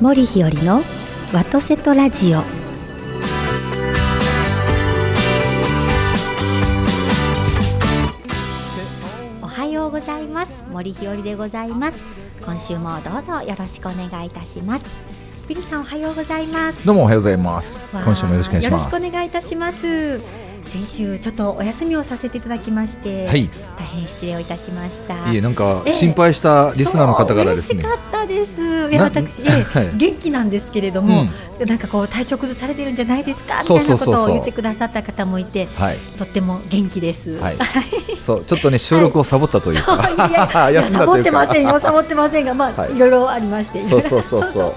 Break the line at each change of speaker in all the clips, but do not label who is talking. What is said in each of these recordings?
森日和のワトセトラジオおはようございます森日和でございます今週もどうぞよろしくお願いいたしますビリさんおはようございます
どうもおはようございます。
わー
今週もよろしくお願いします。
よろしくお願いいたします先週ちょっとお休みをさせていただきまして、
はい。い
大変失礼をいたしました
えなんか
ええ
心配したリスナーの方からですね
そう。嬉しかったです。いや
な
私、え
は
え
い
元気なんですけれども、なんかこう体調崩されてるんじゃないですかみた
そう
いな
そう
こ
そうそう
とを言ってくださった方もいて、
はい。
とっても元気です。
はい。そうちょっとね収録をサボったという
そういやい
か、
やいや
休んだ
サ
と
ボっ
いう
てませんよ、サ
か。
ボってませんが、まあ、
はい
い、ろいろありまして、
そうそう そうそう。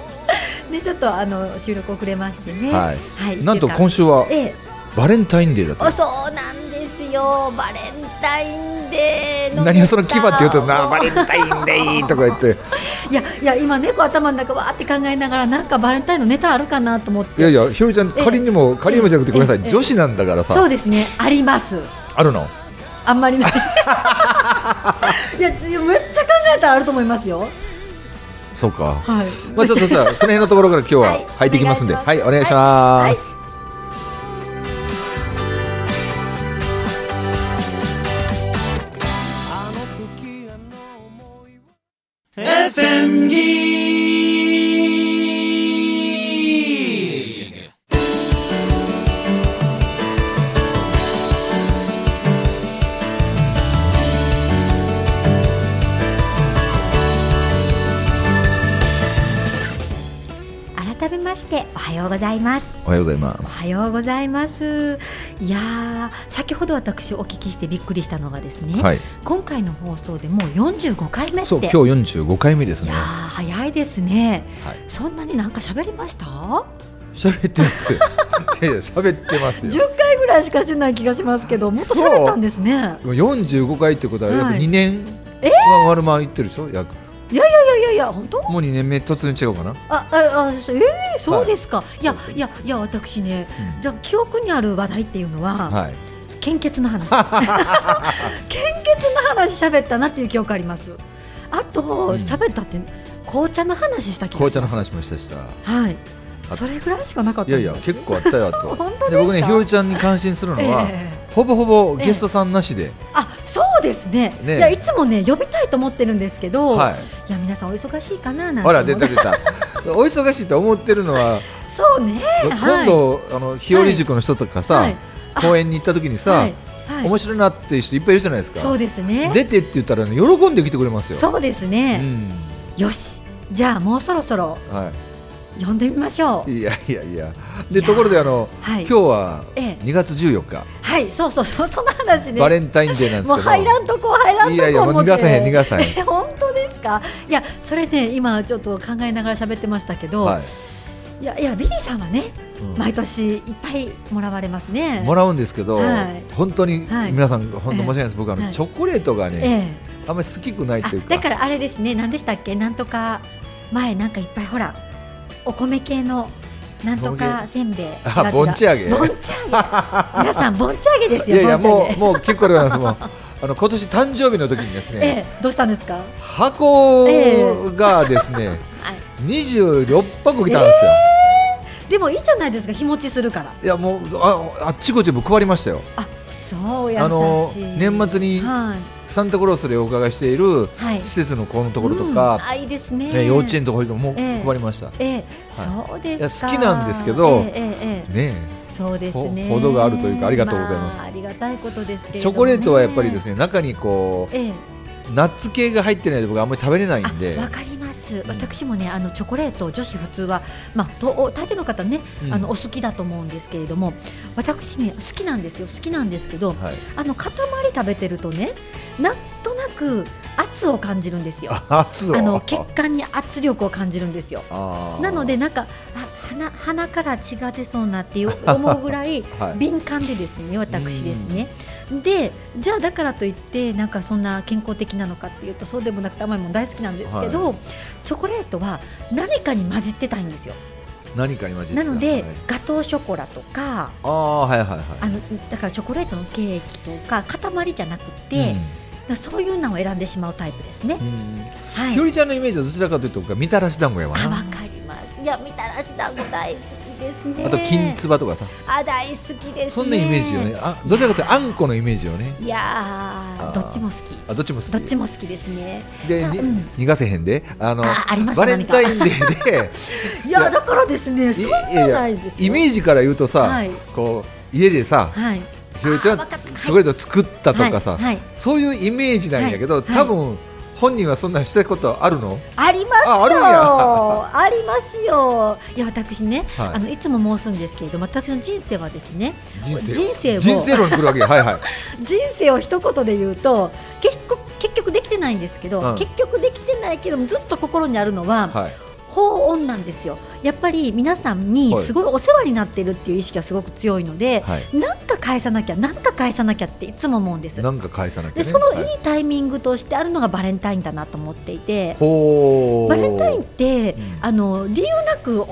ね、ちょっとあの収録遅れましてね、
はい
い
なんと今
週
週は
ええ、
バレンタインデーだ
あ
っ
そうなんですよ、バレンタインデー
た。
の。
何をその牙って言うとなバ
レ
レンタインデーとか言って、
いやいや今猫頭の中わーって考えながらなんかバレンタインのネタあるかなと思って
いやいやひろりちゃん
ええ
仮にも仮にもじゃなくてごめんなさ
ええ
い女子なんだから
そう
さ
ですねあります
あるの。
あんま りないいやいやめっちゃ考えたらあると思いますよ
そうか。
はい
まあちょっとさその辺のところから今日は入ってきますんで、はいお願いします。
すはい改めましておはようございます
おはようございま
お
す。
はようございますいやー先ほど私お聞きしてびっくりしたのがですね、
はい。
今回の放送でもう45回目って
そう今日45回目です
い
ね
やー。早いですね
はい。
そんなになんか喋りました
喋ってます よ。いやいや喋ってますよ。
10回ぐらいしかしてない気がしますけどもっと喋ったんですねいや
でも45回ってことは約
はい
2年
え
は丸々言ってるでしょ。約
いやいや本当
もう2年目突然違うかな。
あああそえー、そうですか、い、や
そう
いやいや私ね
うん
じゃあ記憶にある話題っていうのは、
はい。
献血 の話献血の話喋ったなっていう記憶ありますあと
うん
喋ったって紅茶の話した気がしま
紅
す
茶の話もしたした。
はい
あ
それぐらいしかなかった
いやいや結構あったよあと
本当ですか
で僕ねひよりちゃんに感心するのは、
ええ
ほぼほぼゲストさんなしで、
あそうですね
ね
いやいつもね呼びたいと思ってるんですけど、
はい
い、や皆さんお忙しいかななんて
ほ
思
ら
っ
出
て
た出 たお忙しいと思ってるのは、
そうねは
今
い
度あの日和塾の人とかさ、
はいあ
公園に行った時にさ、
はいはい
面白いなっていう人いっぱいいるじゃないですか
そうですね
出てって言ったら、ね、喜んで来てくれますよ
そうです
う
ね、
ん
よしじゃあもうそろそろ
は
呼んでみましょう
い、いやいやいや
い
で
や
ところであの、
はい
今日は
ええ
2月14日、
はいそうそうそうその話ね
バレンタインデーなんですけど
もう入らんとこ入らんとこ思って
いやいやもう逃がさへん逃がさへん
え 本当ですかいやそれで今ちょっと考えながら喋ってましたけど、、
はいい
やいやビリーさんはね
うん
毎年いっぱいもらわれますね
もらうんですけど、
はい
本当に
はい
皆さん、本当申し訳ないです、僕あの、
はい
チョコレートがね、
ええ
あんまり好きくないという
あ
か
だからあれですね何でしたっけなんとか前なんかいっぱいほらお米系のなんとかせんべい違う
あ
違う
ぼんち揚げ
ぼんち揚げ皆さんぼんち揚げです
いや
よ
いや
ぼ
も
んち揚げ
うもう結構でございますもうあの今年誕生日の時にですね、
ええどうしたんですか
箱がですね、26箱来たんですよ、
でもいいじゃないですか日持ちするから
いやもうああっちこっち僕配りましたよ
あそう優しい
あの年末に
はい
サンタクロースでお伺いしている
はい
施設の子のところと
うん
か、
あいいです
ね
ね
幼稚園とか保育園も
ええ
配りました、
ええそうですか
いや好きなんですけど
ええええええ
ね
そうですね
ほ程があるというかありがとうございます
あ、ありがたいことですけ
え
れ
チ
どもね
ョコレートはやっぱりですね中にこ
ええ
うナッツ系が入ってないと僕あんまり食べれないんで
あわかります、
ん
私もねあのチョコレート女子普通は、まあ、とお大抵の方ね、
うん
あのお好きだと思うんですけれども私ね好きなんですよ好きなんですけど
はい、
あの塊食べてるとねなんとなく圧を感じるんですよあ
あ熱を
の血管に圧力を感じるんですよ
あー
なのでなんかあ鼻鼻から血が出そうなっていう思うぐらい
はい
敏感でですね私ですね。でじゃあだからといってなんかそんな健康的なのかっていうとそうでもなくて甘いもの大好きなんですけど、チョコレートは何かに混じってたいんですよ。
何かに混じって
な
た
ので、
はい
ガトーショコラとか
ああはいはいはい
あのだからチョコレートのケーキとか塊じゃなくて、そういうのを選んでしまうタイプですね
う。んうん
はい
ひよりちゃんのイメージはどちらかというと僕はみたらし団子やわ
あわ
な
かります。いやみたらし団子大好きですね
あと金つばとかさ
あ大好きですね
そんなイメージよねあどちらかというとあんこのイメージよね
いやー
あー
どっちも好き
あどっちも好き
どっちも好きですね
で、
あ
に
うん
逃がせへんであの
あありました
バレンタインデーで
いやだからですねそんなないです よ
イメージから言うとさ、
はい
こう家でさ
はい
ひろりちゃんチ
あわかったはい
ョコレート作ったとかさ、
はいはい
そういうイメージなんやけど、
はい
多分本人はそんなんしたことあるの、
ありますよ
ああるん
ありますよいや私ね、
はい
あのいつも申すんですけれども私の人生はですね
人生
人生も
人生論来るわけよはいはい
人生を一言で言うと結局結局できてないんですけど、
うん
結局できてないけどもずっと心にあるのは、
はい
法音なんですよやっぱり皆さんに
はい
すごいお世話になってるっていう意識がすごく強いので、
はい
なんか返さなきゃなんか返さなきゃっていつも思うんです
なんか返さなきゃ、ね、
でその
はい
いタイミングとしてあるのがバレンタインだなと思っていて、
ほー
バレンタインって、
うん
あの理由なく、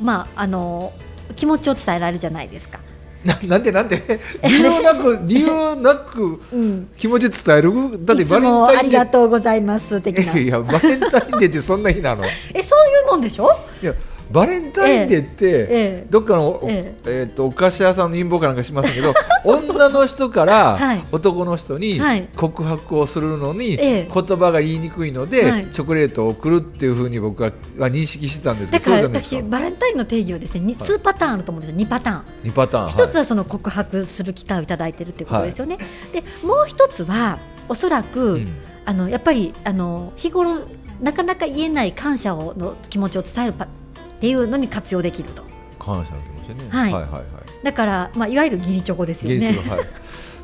まあ、あの気持ちを伝えられるじゃないですか。
ななんでなんで 理由なく理由なく
うん、
気持ち伝えるだって
いつ
バレン
もあ
タイン
り
デ
が
ー
とうございます的 な
いやバレンタインデーってそんな日なのい
えそういうもんでしょ、
やバレンタインデーって、
ええ
どっかの、
え
えー、とお菓子屋さんの陰謀かなんかします けど女の人から
はい
男の人に
はい
告白をするのに、
ええ
言葉が言いにくいので、
はい
チョコレートを送るっていうふうに僕はは認識してたんですけ
だ
どそ
か
う
ら
じゃないです
私
か
バレンタインの定義はですねに
はい
2パターンあると思うんですよ2パターン
2パターン
一つ
は
はその告白する機会をいただいてるということですよね、でもう一つはおそらく、
いうん
あのやっぱりあの日頃なかなか言えない感謝をの気持ちを伝えるパっていうのに活用できると
感謝の気持ちね、
はい
はいはいはい
だから、まあ、いわゆる義理チョコです
ギ
よ
リ
ね
チョコはい。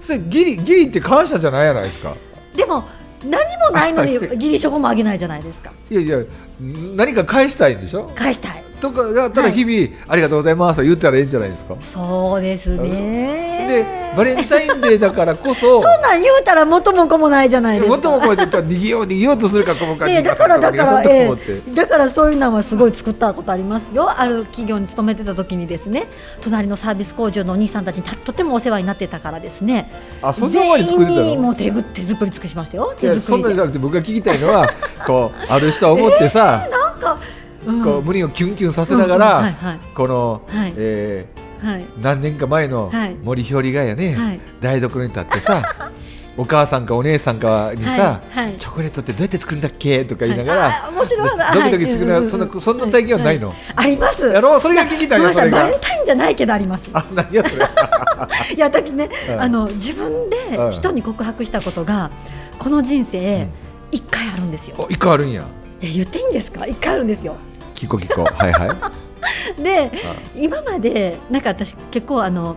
それギリギリって感謝じゃないじゃないですか。
でも何もない のに義理チョコもあげないじゃないですか
いやいやん何か返したいんでしょ。
返したい
とかだった
は
ら
い
日々、ありがとうございますと言ったらいいんじゃないですか。
そうですね
でバレンタインデーだからこそ。
そんなん言うたら元も子もないじゃないですか
元もこうやって逃げよう逃げようとするかこの感
え
じ
えだからだから、
逃げ
え
ようと思って
えだからそういうのはすごい作ったことありますよある企業に勤めてた時にですね隣のサービス工場のお兄さんたちにたとてもお世話になってたからですね
あそんな前に
全
作
員
れた
にも
の
う手ぐ手作り尽くしましたよ
い
手
やそ
作
ん
り
なん
で
じゃなくて僕が聞きたいの はこうある人は思ってさ、
なんか、うん
こう胸をキュンキュンさせながら、
うんうんはいはい
この、
はい
え
はい
ー何年か前の
はい
森ひよりがやね、
はい
台所に立ってさ お母さんかお姉さんかにさ、
はいはい
チョコレートってどうやって作るんだっけとか言いながら、
あ面白い話
ドキドキするな、
はい
そんなそんな体験はないの、
あります
やろうそれが聞きたいよ
ごめんな
そ
さ
れ
いバ
が
レンタインじゃないけどあります
あ何やそれ
いや私ね、
はい
あの自分で
はい
人に告白したことがこの人
う
生
ん
一回あるんですよ、
お一個あるんや
え言っていいんですか一回あるんですよ
聞こう聞こうはい はい
で
あ
今までなんか私結構あの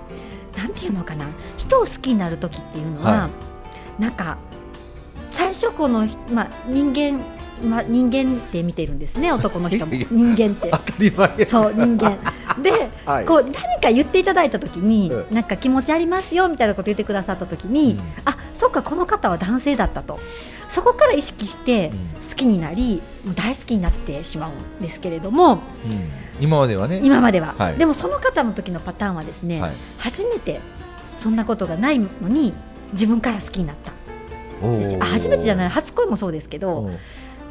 なんていうのかな人を好きになる時っていうのは、
は
なんか最初この、まあ、人間、まあ、人間って見てるんですね男の人 も
いや
人間って
当たり前や
そう人間で、
はい
こう何か言っていただいた時に、
う
なんか気持ちありますよみたいなこと言ってくださった時に、
うん
あそっかこの方は男性だったとそこから意識して
うん
好きになり、もう大好きになってしまうんですけれども
うん今まではね
今までは、
はい
でもその方の時のパターンはですね、
はい
初めてそんなことがないのに自分から好きになったんですよあ初めてじゃないい初恋もそうですけど、
好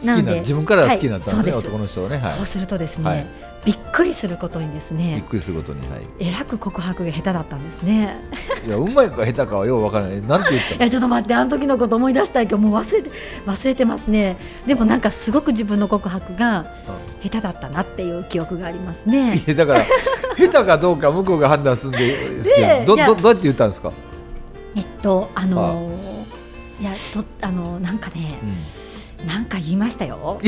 き
な
なん
で
自分から好きになったん
はい
ね、
そうです
男の人はね、はい、
そうするとですね、
はい
びっくりすることにです
びっ
ね
くりすることに、はい、
えらく告白が下手だったんですね。
いやうまいか下手かはようわからないなんて言っ
いやちょっと待ってあの時のこと思い出したいけどもう忘れて忘れてますねでもなんかすごく自分の告白が
たの
下手だったなっていう記憶があります
い
ね
やだから下手かどうか向こうが判断 するんで
で
ど
いや
どどうやって言ったんですか、
えっとあのーいやとあのーなんかね
うん、
なんか言いましたよ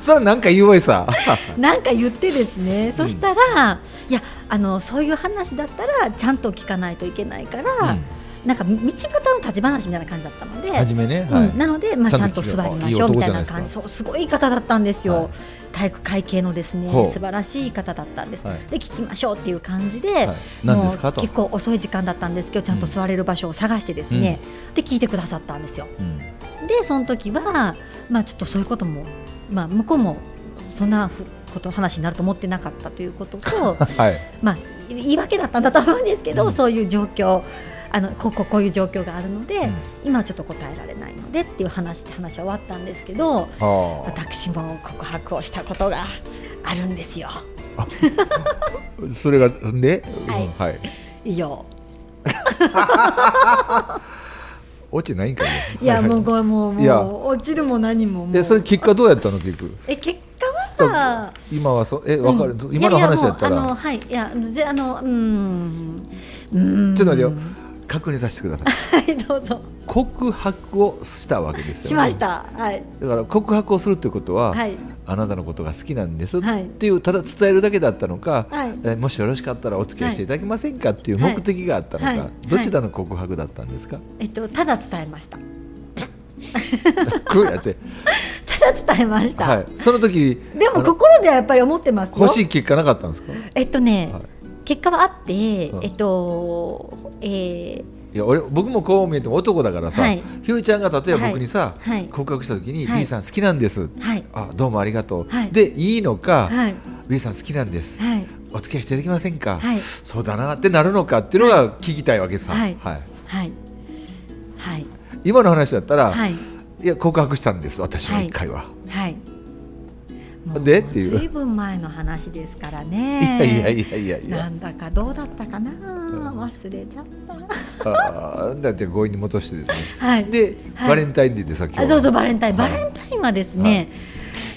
それはなんか言うわいさ
なんか言ってですねそしたら、いやあのそういう話だったらちゃんと聞かないといけないか
う
ら、
ん
なんか道端の立ち話みたいな感じだったので
初めね、はい
うん、なので、まあ、ち
ち
ゃ
ゃ
ん
ん
と
と
座りましょう
いい
み
男
た
じ
い
ゃない
な
ですか
感じそうすごい言い方だったんですよ、
はい
体育会系のですね
ほう
素晴らしい方だったんです、
はい
で聞きましょうっていう感じで、
はい、何ですか
もう
と、
結構遅い時間だったんですけどちゃんと座れる場所を探してですね、で聞いてくださったんですよ
うん
でその時はまあちょっとそういうことも、まあ、向こうもそんなふこと話になると思ってなかったというこ とと
はい、
まあい言い訳だったんだと思うんですけど、
うん
そういう状況あのこうこうこういう状況があるので、
うん
今はちょっと答えられないのでっていう話で話は終わったんですけど
あー
私も告白をしたことがあるんですよ。
それがね、うん
はい
はい、
いいよ。
落ちないんかい
い
は
や
いはい
もうこれもう
いや
もう落ちるも何ももう。
でそれ結果どうやったの結局
え結果は。
今はそえわかる、
うん
今の話だった
いやいやもうあの
ら
はいいやぜあのうーんうーん
ちょっと待ってよ確認させてください
はいどうぞ
告白をしたわけですよ
しましたはい
だから告白をするということは、
はい
あなたのことが好きなんですっ
はい
ていう、ただ伝えるだけだったのか、
はい
えもしよろしかったらお付き合いしていただけませんかっていう
はい
目的があったのか、
はいはい
どちらの告白だったんですか、
えっとただ伝えました
こうやって、
ただ伝えました、
はい、その時
で
あ
も
の
心ではやっぱり思ってますよ
欲しい結果なかったんですか、はい、
えっとね、結果はあって、
うん
えっとえー
いや俺僕もこう見えても男だからさ、
はい
ひろりちゃんが例えば僕にさ、
はいはい
告白した時に、
はい
B さん好きなんです
はい
あどうもありがとう、
はい
でいいのか、
はい
B さん好きなんです、
はい
お付き合いしていただけませんか、
はい
そうだなってなるのかっていうのが聞きたいわけさ、
はいはいはい
今の話だったら、
はい
い、や告白したんです私は一回は、
はいも
でっていう
ずいぶん前の話ですから
い、
ね
やいやいやいやい
な
や
んだかどうだったかな忘れちゃった
あーだって強引に戻してですね
はい
で、
はい
バレンタインデーでさっき
あそうそうバレンタイン
は
バ
い
レンタインはですね、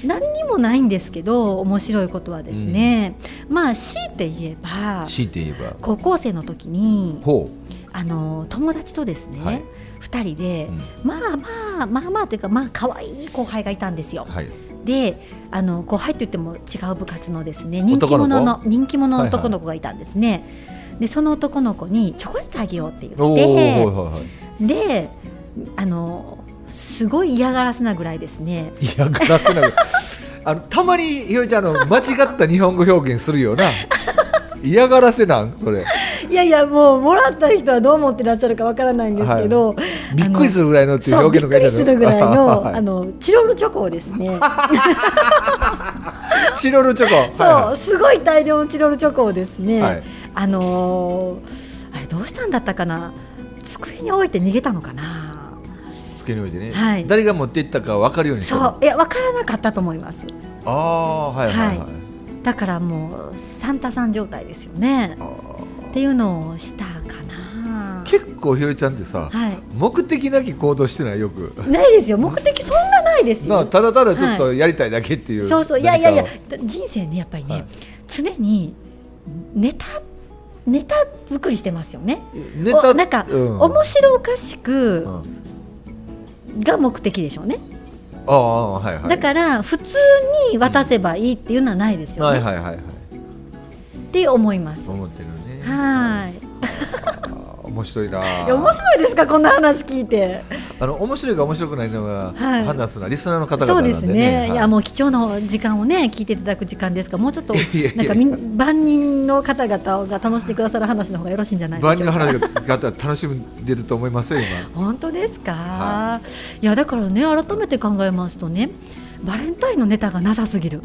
何にもないんですけど面白いことはですね、まあ強いて言えば
強いて言えば
高校生の時に
ほ
あの友達とですね、
はい
2人で、
うん
まあまあまあまあというかまあ可愛い後輩がいたんですよ
う。はい
であの後輩といっても違う部活のですね人気者の
男の
人気者の男の子がいたんですね。でその男の子にチョコレートあげようって言
おお
って
はいは
であのすごい嫌がらせなぐらいですね
いいやガラスなあのたまにひろりちゃんあの間違った日本語表現するよ な嫌がらせなんそれ
いやいやもうもらった人はどう思ってらっしゃるかわからないんですけど、
びっくりするぐらいのっていう
そう
表
びっ
現の
くりするぐらいの
は
あのチロルチョコをですね
チロルチョコ
そう
は
すごい大量のチロルチョコをですね、
はい
あのーあれどうしたんだったかな机に置いて逃げたのかな。
いはい、机に置いてね、
はい
誰が持っていったか分かるようにして
そういや分からなかったと思います
ああはいはいはい、
はいだからもうサンタさん状態ですよね
あ
っていうのをしたかな
ー結構ひよりちゃんってさ、
はい
目的なき行動してないよく
ないですよ目的そんなないです
な
よ
ただただちょっとやりたいだけっていう、
そうそういやいやいや
何か
だ人生ねやっぱりね、
はい
常にネタネタ作りしてますよね
ネタ
おなんか、
うん
面白おかしく
うんあ
が目的でしょうね、
あああはいはい
だから普通に渡せばいいっていうのはないですよ
は
ね、
いはいはいはい
って思います、
思ってるね
はい
あー面白いない
や面白いですかこんな話聞いて
あの面白いか面白くないのが、
はい
判断するのはリスナーの方
そ
々
う
なん
で
ですね
ね、い、や
は
もう貴重な時間をね聞いていただく時間ですからもうちょっと
いやいやいや
なんかみん万人の方々が楽しんでくださる話の方がよろしいんじゃないで
万
し
人
ょう
の
か
話が楽しんでると思いますよ今
本当ですか、、
はい
やだからね改めて考えますとねバレンタインのネタがなさすぎる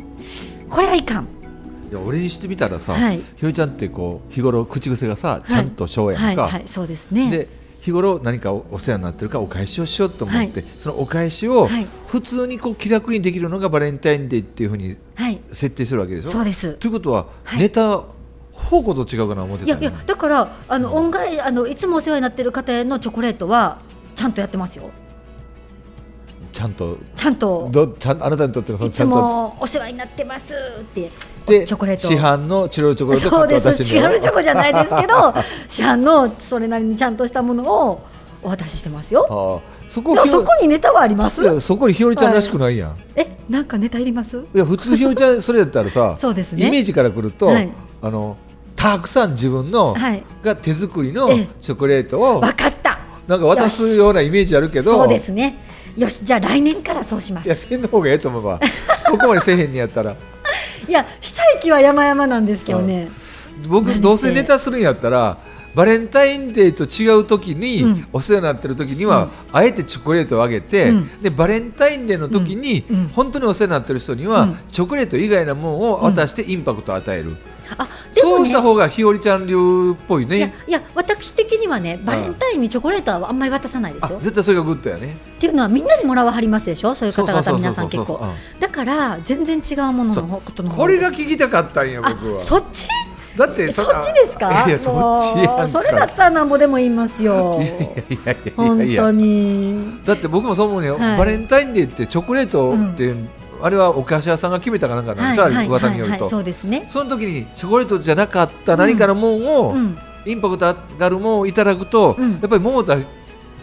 これはいかん
いや俺にしてみたらさ、
はい
ひろりちゃんってこう日頃口癖がさ、ちゃんとしようやんか、
はいはいそうですね
で日頃何かおお世話になってるからお返しをしようと思って、
は
そのお返しを
はい
普通にこう気楽にできるのがバレンタインデーっていうふうに
はい
設定するわけでしょ
そうです
ということは、
はい
ネタ方向と違うかな思って
いや
た
いやだからあの恩返あのいつもお世話になってる方へのチョコレートはちゃんとやってますよ
ちゃんと
ちゃんと
どちゃんあなたにとってのそ
い
のちゃ
つ
んと
もお世話になってますって
で
チョコレート
市販のチロルチョコレート
そうです違うチョコ
じ
じゃないですけ ど市販のそれなりにちゃんとしたものをお渡ししてますよ
ああそ
で
こ
もそこにネタはあり
い
ま
や
す
そこにひよりちゃんらしくないやん、い、
えなんかネタいります
や普通ひよりちゃんそれだったらさ
そうですね
イメージからくると、
はい
あのたくさん自分の、
はい
が手作りの
ええ
チョコレートを
わかった
なんか渡すようなイメージあるけど
そうですねよしじゃあ来年からそうしま
い
す
やせんの方がええと思うわここまでせえへんにやったら
いやしたい気は山々なんですけどね
僕
何
どうせネタするんやったらバレンタインデーと違う時に、
うん
お世話になってる時には、あえてチョコレートをあげて、
うん
でバレンタインデーの時に、
うんうん
本当にお世話になってる人には、
うん
チョコレート以外のものを渡してインパクトを与える、
あでも
そう
ね
した方が日和ちゃん流っぽい
いや
ね
いや私的にはねバレンタインにチョコレートはあんまり渡さないです
あ
よ。っ
絶対それがグッドやね
ていうのはみんなにもらわはりますでしょそういう
そう
方
そうそうそう
々皆さん結構だから全然違うものの方こと
うん
の方
これが
です
聞きたかったんや僕
あ
は
そっち
だって
そっちですか
いやそっちやん
も
か
うそれだったらなんぼでも言いますよ
いやいやいや
本
いやい
当
や
に
だって僕もそう思うね、
はい
バレンタインデーってチョコレートって、あれはお菓子屋さんが決めたかなんかなんですよ、あれ噂によると、
そうですね
その時にチョコレートじゃなかった何かのもんを、
うん
インパクトがあるもんをいただくと、
うん
やっぱり桃田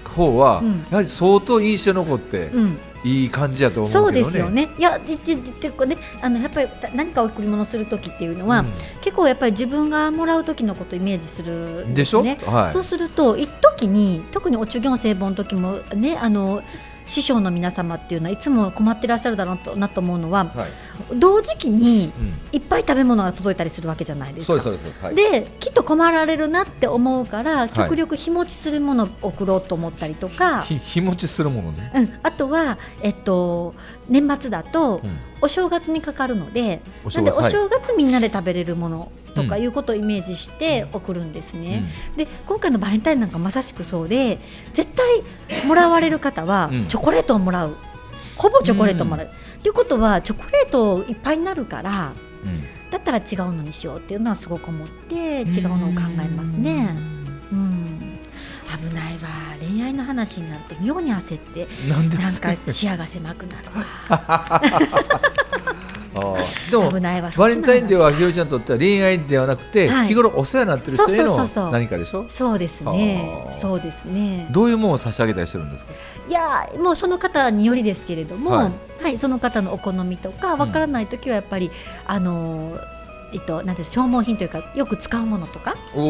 方は、
うん
やはり相当印象に残って、
うん
いい感じやと思
そうう
け
で
どね
すよね。いや、で、で、で、てかね、あの、やっぱり、た何か贈り物する時っていうのは、
うん
結構やっぱり自分がもらう時のことをイメージするんですね。
でしょ、はい
そうすると一時に特にお中元聖母の時もねあの師匠の皆様っていうのはいつも困ってらっしゃるだろうとなと思うのは
はい
同時期に
うん
いっぱい食べ物が届いたりするわけじゃないです
そう
か。
ですそうですそうです、はい
できっと困られるなって思うから
い
極力日持ちするものを送ろうと思ったりとか、
ひ日持ちするものね、
うん、あとは、えっと、年末だと
うん
お正月にかかるので、
お
な
正
んで
月
お
はい
正月みんなで食べれるものとか
うん
いうことをイメージして送るんですね。
うん
で今回のバレンタインなんかまさしくそうで絶対もらわれる方は
うん
チョコレートをもらう、ほぼチョコレートをもらう。ということはチョコレートいっぱいになるから
うん
だったら違うのにしようっていうのはすごく思って違うのを考えますね。うん危ないわ恋愛の話になると妙に焦って
なんで
なんか 視野が狭くなる
あーで
わ
も
危ないわそ
バ
っ
レ
ち
ン
の話
タインデーはひろちゃんにとっては恋愛ではなくて、
はい
日頃お世話になってる人へ
そうそうそうそ
の
う
何かでしょ
そうですね
あー
そうですね
どういうものを差し上げたりしてるんですか
いやーもうその方によりですけれども、
は
はいいその方のお好みとかわからない時はやっぱり、あのーえっと、なんていうの消耗品というかよく使うものとか
お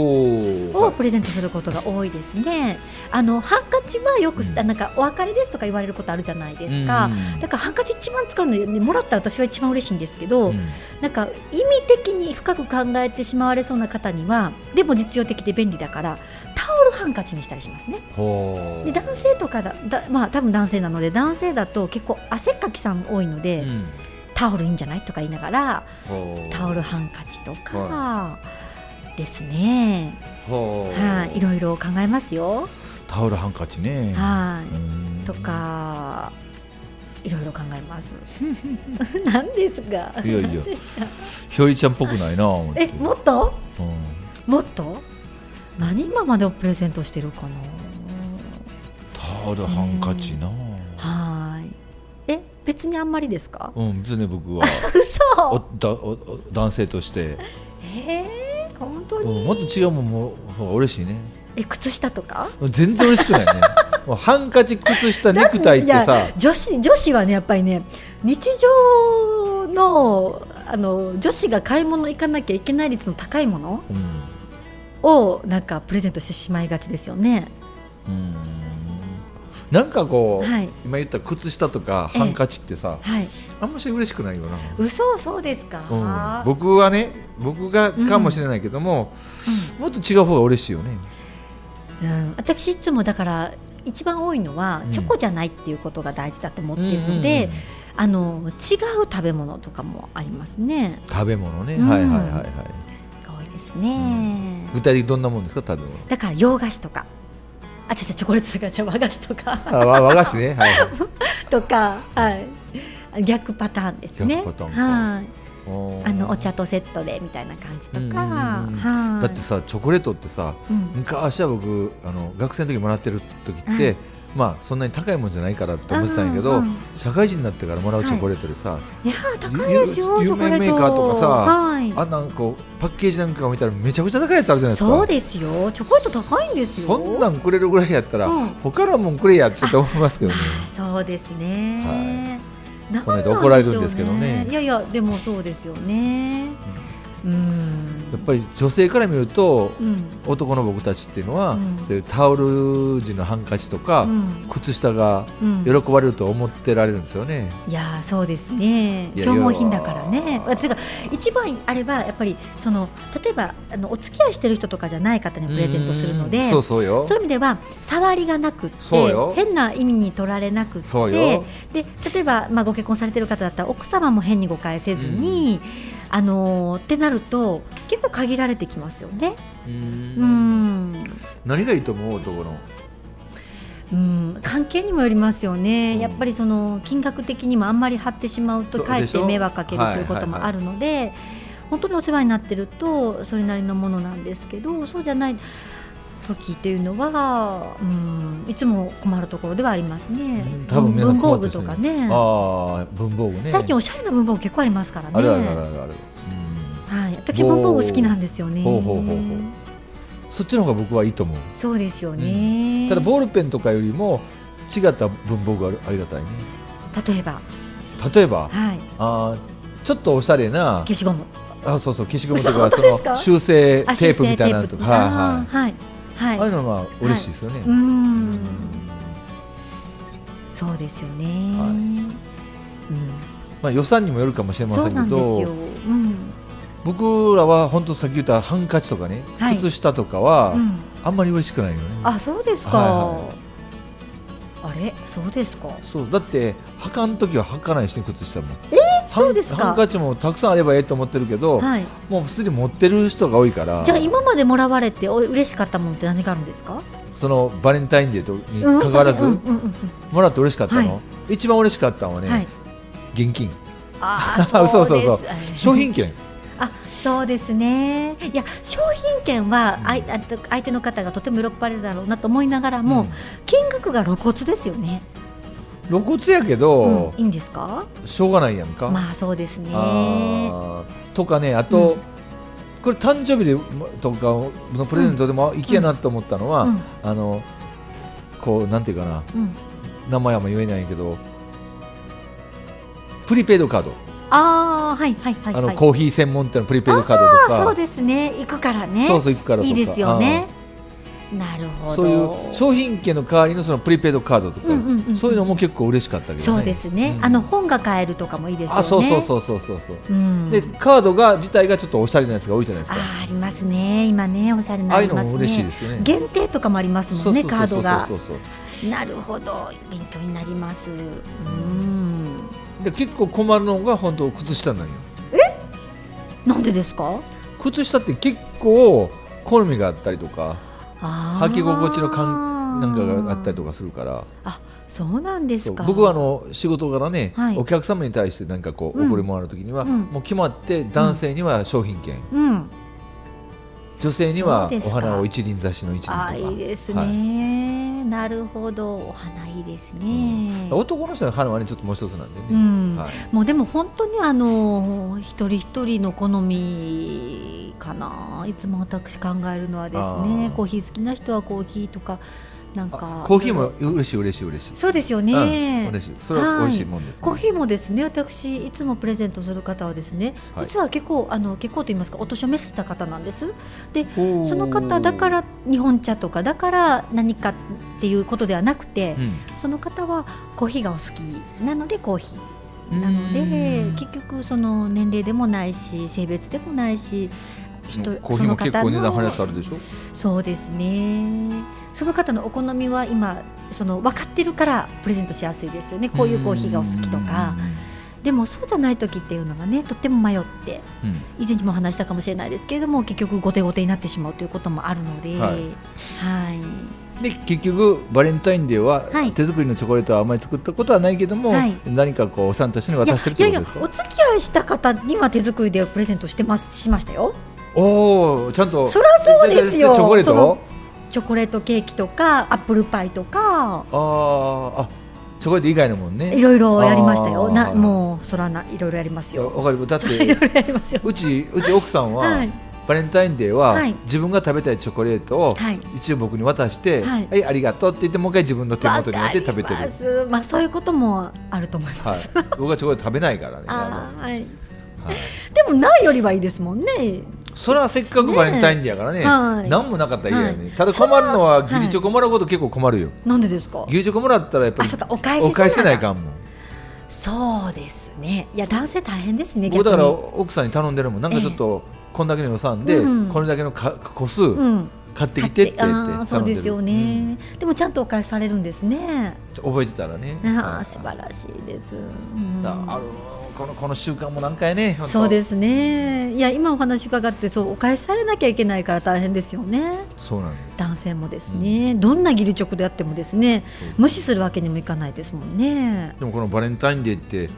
お、
をプレゼントすることが多いですね。あのハンカチはよく、
うん
あなんかお別れですとか言われることあるじゃないで
うん
すか。だからハンカチ一番使うのね、もらったら私は一番嬉しいんですけど、
うん
なんか意味的に深く考えてしまわれそうな方にはでも実用的で便利だからタオルハンカチにしたりしますね。
ほう
で男性とかだだまあ多分男性なので男性だと結構汗っかきさん多いので、
うん
タオルいいんじゃないとか言いながら
ほう
タオルハンカチとか、
は
ですね
ほう
はい、いろいろ考えますよ、
タオルハンカチね、
はいう
ん
とかいろいろ考えます なんですが
いやいやひよりちゃんっぽくないな思って
えもっと
うん
もっと何今までをプレゼントしてるかな
タオルハンカチな
はいえ別にあんまりですか
うん別に僕 はお
嘘
だおお男性として、
えー、本当
う
に
ん、もっと違うもんもほう嬉しいね
え靴下とか
全然嬉しく ないねもうハンカチ靴下ネクタイって
い
さ
や女子女子はねやっぱりね日常のあの女子が買い物行かなきゃいけない率の高いもの
うん
をなんかプレゼントしてしまいがちですよね。
うんなんかこう、
はい
今言った靴下とか
ええ
ハンカチってさ
はい、
あんまし嬉しくないよな、
嘘そうですか、
うん、僕はね僕がかもしれないけども、もっと違う方が嬉しいよね
うん、私いつもだから一番多いのは
うん
チョコじゃないっていうことが大事だと思っているの
う
で、
んうんうん
あの違う食べ物とかもありますね。
食べ物ね、
うん
はいはいはいはい
が多いですね。
具体的にどんなもんですか食べ物
だから洋菓子とか、あ違う違うチョコレートとかじゃあ和菓子とか。
あわ和菓子ね、はいはい、
とか、はい、逆パターンですね。
逆パターンか
はい、
おー
あのお茶とセットでみたいな感じと
うんうん
か、
うん
はい。
だってさチョコレートってさ
うん、
昔は僕あの学生の時もらってる時っ
は
て、
い
まあそんなに高いもんじゃないからって思ってたんやけど、
うんうん
社会人になってからもらうチョコレートでさ、
いやー高いですよ、
有
チョコレート。
有名メーカーとかさ
はい。
あんなんこうパッケージなんかを見たらめちゃくちゃ高いやつあるじゃないですか
そうですよ、チョコレート高いんですよ。
そんなんくれるぐらいやったら、
うん
他のもんくれやちょっと思いますけ どね
あそうですね。
は
なん
この
なんでしょうね
間怒られるんですけどね
いやいや、でもそうですよね。うん。
やっぱり女性から見ると、
うん。
男の僕たちっていうのは、
うん
そういうタオル地のハンカチとか、
うん
靴下が
うん
喜ばれると思ってられるんですよね、
いやーそうですね
いや
消耗品だから
いや
ね
ー。
てか一番あればやっぱりその例えばあのお付き合いしてる人とかじゃない方にプレゼントするの
うん
で
そうそうよ
そういう意味では触りがなくって
そうよ
変な意味に取られなくって
そうよ
で例えば、まあ、ご結婚されてる方だったら奥様も変に誤解せずに、あのーってなると結構限られてきますよね。
う
うんん
何がいいと思う男の
うん、関係にもよりますよね、
うん
やっぱりその金額的にもあんまり張ってしまう
そ
と
う
かえっ
でしてょ
迷惑かける
はい
ということ
はい
も
はい
あるので、本当にお世話になってるとそれなりのものなんですけどそうじゃない時っていうのは、うん、いつも困るところではありますね
うん。多分
文
皆さん困
文
っ
房
て
具
る
とか
あ
ね
あ文房具ね
最近おしゃれな文房具結構ありますからね。
あるあるあるあるある、
はい、私文房具好きなんですよね。
ほうほうほうほううん、そっちの方が僕はいいと思う
そうですよね。
ただボールペンとかよりも違った文房具あるありがたいね
例えば、
例えば
はい、
あーちょっとおしゃれな
消しゴム。
あそうそう消しゴムとかそ
嘘本当です
の
か
修正
あ
テープみたいなのとか、はい
あ
は
ーはいはいい、
ああいうのは嬉しいですよね、
うー
うんん
そうですよね、
はい
うん、
まあ、予算にもよるかもしれませ
そうんな
け
んですよ、
ど
うん
僕らは本当さっき言ったハンカチとかね、
はい
靴下とかは
うん、
あんまり嬉しくないよね、
あそうですか、
は
あれそうですか
そうだって履かん時は履かないしね靴下もハン
そうですか
ハンカチもたくさんあればええと思ってるけど、
はい
もうすでに持ってる人が多いから
じゃあ今までもらわれてお嬉しかったものって何があるんですか
そのバレンタインデーとに
うん
かかわらず、
うんうんうんうん
もらって嬉しかったの、一番嬉しかったのはね、
はい
現金
あーそうです
そうそう商品券
あそうですねいや商品券はあいあと相手の方がとても喜ばれるだろうなと思いながらも、
うん
金額が露骨ですよね、
露骨やけ
うん
ど、、
いいんですか
しょうがないやんか、
まあそうですねあ
あーとかねあと、
うん
これ誕生日でとかのプレゼントでもいきやなと思ったのは、
うん
あのこうなんていうかな
うん、
名前はも言えないけどプリペイドカード、
あーはいはいはい
あ
は
の
い
コーヒー専門店のプリペイドカードと
あ
か
そうですね行くからね
そうそう行くからとか
いいですよねなる
あー
ほど
そういう商品券の代わりのそのプリペイドカードとか、
うんうんうんうん
そういうのも結構嬉しかったけどね
そうですね、
うん
あの本が買えるとかもいいですよね
あそうそうそうそうそうそう
う、ん、
でカードが自体がちょっとおしゃれなやつが多いじゃないです
あ
か
ーありますね今ねおしゃれ
あ
な
あ
のあ
いう
り
の
ま
も
す
嬉しい
ね
ですよね
限定とかもありますもんねカードが
そうそうそうそう
なるほど勉強になりますうん
で結構困るのが本当靴下なんよ
なんでですか
靴下って結構好みがあったりとか
あー
履き心地の感なんかがあったりとかするから
そうなんです
そう
か
僕はあの仕事柄ね、
はい
お客様に対してなんかこう
うん
贈り物の時には、
うん
もう決まって男性には商品券、
うん
女性には
そうです
お
か
花を一輪挿しの一輪と
あ
か
いいですね、
はい
なるほどお花いいですね、
男の人の花はねちょっともう一つなんでね、
うん
はい、
もうでも本当にあの一人一人の好みかないつも私考えるのはです
あー
ねコーヒー好きな人はコーヒーとかなんか
あコーヒーも嬉しい嬉しい嬉しい
そうですよ
うん、
ね、
嬉しいそれは美味しいもんです、ね
コーヒーもですね私いつもプレゼントする方はですね、
はい
実は結構あの結構と言いますかお年を召した方なんです
ほう
その方だか、ら日本茶とかだから何かっていうことではなくて、
うん
その方はコーヒーがお好きなのでコーヒーなので
うん
結局その年齢でもないし性別でもないし人
コーヒ
そ
ー
の
も結
方
構値段張るやつあ
の
るでしょ
そうですねその方のお好みは今その分かってるからプレゼントしやすいですよねこういうコーヒーがお好きとかでもそうじゃない時っていうのがねとっても迷って
うん
以前にもお話したかもしれないですけれども結局後手後手になってしまうということもあるので、
は
はいい
で結局バレンタインデーは
はい
手作りのチョコレートはあまり作ったことはないけども、
はい
何かこうサンタ氏に
いや
渡してるって
い
こ
や
と
い
で
や
すか
お付き合いした方には手作りでプレゼントしてますしましたよ
おおちゃんと
そりゃそうですよ
チョコレー
その
ト
チョコレートケーキとかアップルパイとか
あーあチョコレート以外のもん
い
ね
ろいろやりましたよ
あー
なもうそらないろいろやりますよ
わかるだっ
そらいろ
て
いろやりますよ
うちうち奥さんは、
はい
バレンタインデーは、
はい
自分が食べたいチョコレートを、
はい
一応僕に渡して、は
はいい、
ありがとうって言ってもう一回自分の手元に置いて食べてる
わかりますまあそういうこともあると思いま
はい
す、、
僕はチョコレート食べないからね
あーはい
あのはい、
でもないよりはいいですもんね
それはせっかくバレンタインデーやからね
ねはい
何もなかったら嫌やね、
はい
ただ困るのは
それは
ギリチョコもらうこと結構困るよ、
なんでですか
ギリチョコもらったらやっぱ
あ
り
そうかお返し
お返しせない
せな
かんもん
そうですねいや男性大変ですね
僕だ
逆に
から奥さんに頼んでるもんなんかちょっと、こんだけの予算で、
うん
これだけのか個数、
うん
買ってき
買って
って
て
って
ああそう
頼んる
ですよね、でもちゃんとお返しされるんですね
うん覚えてたらね
ああ素晴らしいです、うん
だあのこのこの習慣も何回ね
そうですすねいや今お話伺ってそうお返しされなきゃいけないから大変ですよね
そうなんです
男性もですね、どんな義理チョコであってもですね無視するわけにもいかないですもんね
でもこのバレンタインデーって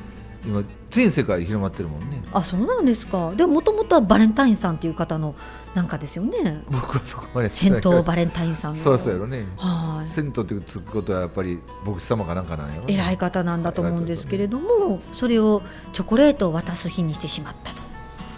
今全世界で広まってるもんね
あそうなんですかでももともとはバレンタインさんっていう方のなんかですよね
僕はそこまで
戦闘
レ
バレンタインさんの
そうそうやろね
はい
銭湯ってつくことはやっぱり牧師様かなんかなんやろね
偉い方なんだと思うんですけれども、それをチョコレートを渡す日にしてしまった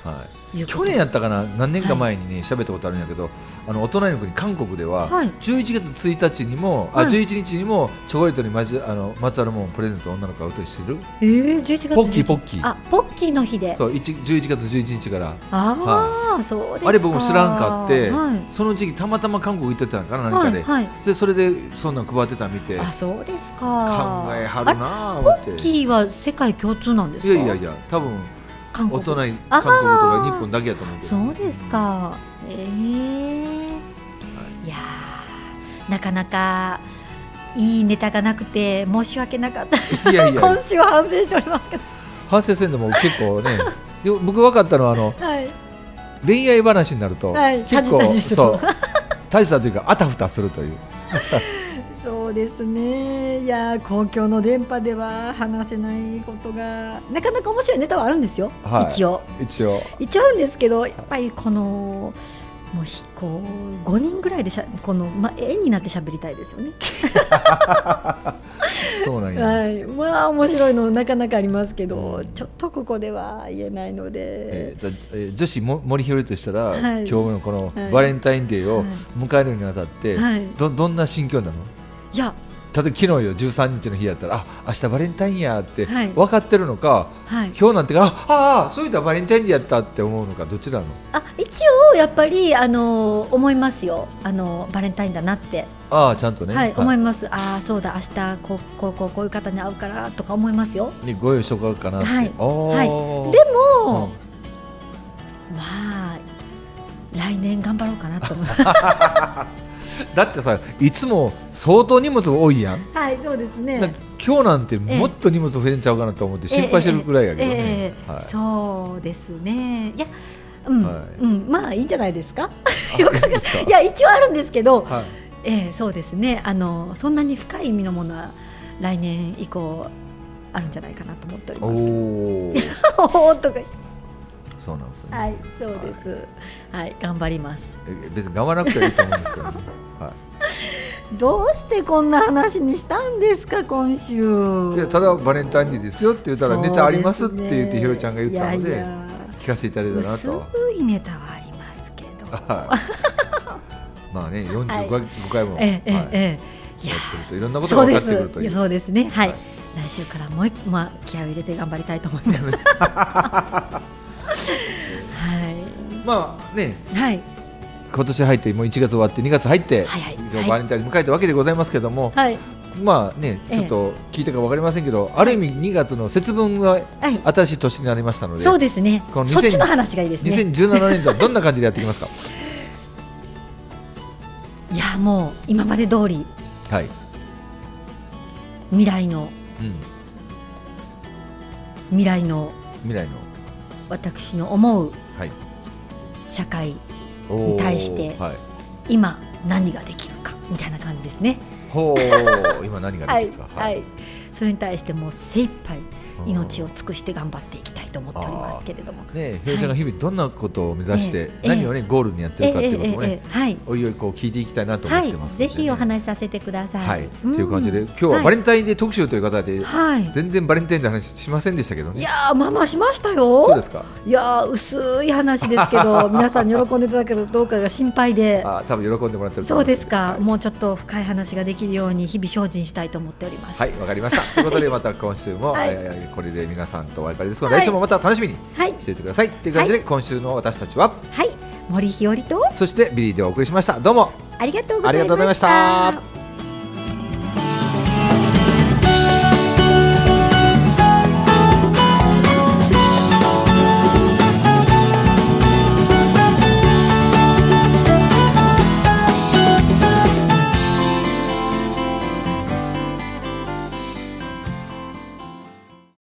はい
ということ
去年やったかな何年か前にね喋ったことあるんやけど、あのお隣の国韓国では
はい
11月1日にも、
はい
あ11日にもチョコレートにまじあのまつわるもんをプレゼント女の子が歌うしてる、
えー、11月
ポッキーポッキー
あポッキーの日で
そう一11月11日から
ああ、そうですか
あれ僕も知らんかって、
はい
その時期たまたま韓国行ってたんかな何かで、
はいはい
でそれでそんなん配ってたん見て考
あそうですか
えはる
あれ
なあ思っ
ポッ
て
キーは世界共通なんです
い
か
やいやいや多分
韓
お
国
隣韓
あー
国とか日本だけやと思うけど
そうですかええいやーなかなかいいネタがなくて申し訳なかった
いやいや
今週は反省しておりますけど
反省せんでも結構 ねで僕分かったのはあの
はい
恋愛話になると、
はい
結構
タジタジする
そう大したというかあたふたするという
そうですねいやー公共の電波では話せないことがなかなか面白いネタはあるんですよ、
はい
一応
一応
一応あるんですけどやっぱりこのもうひこう5人ぐらいでしゃこの、ま、絵になって喋りたいですよね。
そうなんや、
はい、まあ面白いのなかなかありますけどちょっとここでは言えないので
え、ーだえー女子も森ひよりとしたら、
はい
今日のこの
はい
バレンタインデーを
はい
迎えるにあたって、
はい
どどんな心境なの
いや
例えば昨日よ13日の日やったらあ明日バレンタインやって
はい
分かってるのか、
はい
今日なんてからああーそういったバレンタインデーやったって思うのかどちらの
あ一応やっぱりあの思いますよあのバレンタインだなって、
ああちゃんとね、
はい思い
ね
ますああそうだ明日こうこうこうこういう方に会うからとか思いますよ
ご用意しとこうかなって、
はい
あー
はいでも、まあ来年頑張ろうかなと思いま す
うんだってさいつも相当荷物多いやん
はいそうですね
なんか今日なんてもっと荷物増えんちゃうかなと思って心配してるぐらいやけど
えええ
ね
え、
はい
そうですねいやうん、
はい
うん、まあいいんじゃないですか
あいいですか
いや一応あるんですけど、
はい
ええそうですねあのそんなに深い意味のものは来年以降あるんじゃないかなと思っており
お
ます
お
おーとか
そうなんですね、
はいそうですはい、頑張ります
え別に頑張らなくていいと思うんですけど、ね、は
どうしてこんな話にしたんですか今週
いいやただバレンタインデーですよって言ったらネタありますって言ってひろちゃんが言ったので
いやいや
聞かせていただいたな
薄
と
いネタはありますけど
はいまあね45回,、5回も、
ええ
はい
ええいや
やってるといろんなこと
そ
が
う
分か
で
っ
す
てくると
い
い
や
う
そうですねはい、
はい
来週からもう一個、まあ、気合を入れて頑張りたいと思い ますは
まあね
いはい
今年入ってもう1月終わって2月入って、
はいはい
今日バレンタイン迎えたわけでございますけども、
はい
まあね
ええ
ちょっと聞いたか分かりませんけど、ある意味2月の節分が
はい
新しい年になりましたので、
そうですね
この2000
そっちの話がいいですね
2017年度はどんな感じでやっていき ますか
いやもう今まで通り
はい、
未来の
うん、
未来の
未来の、
私の思う
はい、
社会
おー
に対して
はい、
今何ができるかみたいな感じですね
ほ う今何が
は
出
い
てるか、
はいそれに対してもう精一杯
うん
命を尽くして頑張っていきたいと思っておりますけれども
ね弊社の日々どんなことを目指して、
ええ
何をね、ゴールにやってるかっていうこともね、
ええはい
おいおいこう聞いていきたいなと思ってますんで
は
ね、
い、ぜひお話しさせてください。
はい、と
ん
いう感じで今日はバレンタインデー特集という方で、
はい、はい
全然バレンタインデーの話しませんでしたけど
い
ね
やーまあまあしましたよ。
そうですか
いやー薄い話ですけ ど皆さんに喜んでいただけるかどうかが心配で。
あ多分喜んでもらってると
そ
思
うんですか、
は
もうちょっと深い話ができるように日々精進したいと思っております。
いはいわかりま したということでまた今週も、
はい
えーこれで皆さんとお別れですが、
はい
来週もまた楽しみに
はい、
していてくださいという感じで、今週の私たちは
はい森日和と
そしてビリーでお送りしましたどうも
ありがとうご
あ
ざ
りが
い
とうござい
ま
ま
し
したた。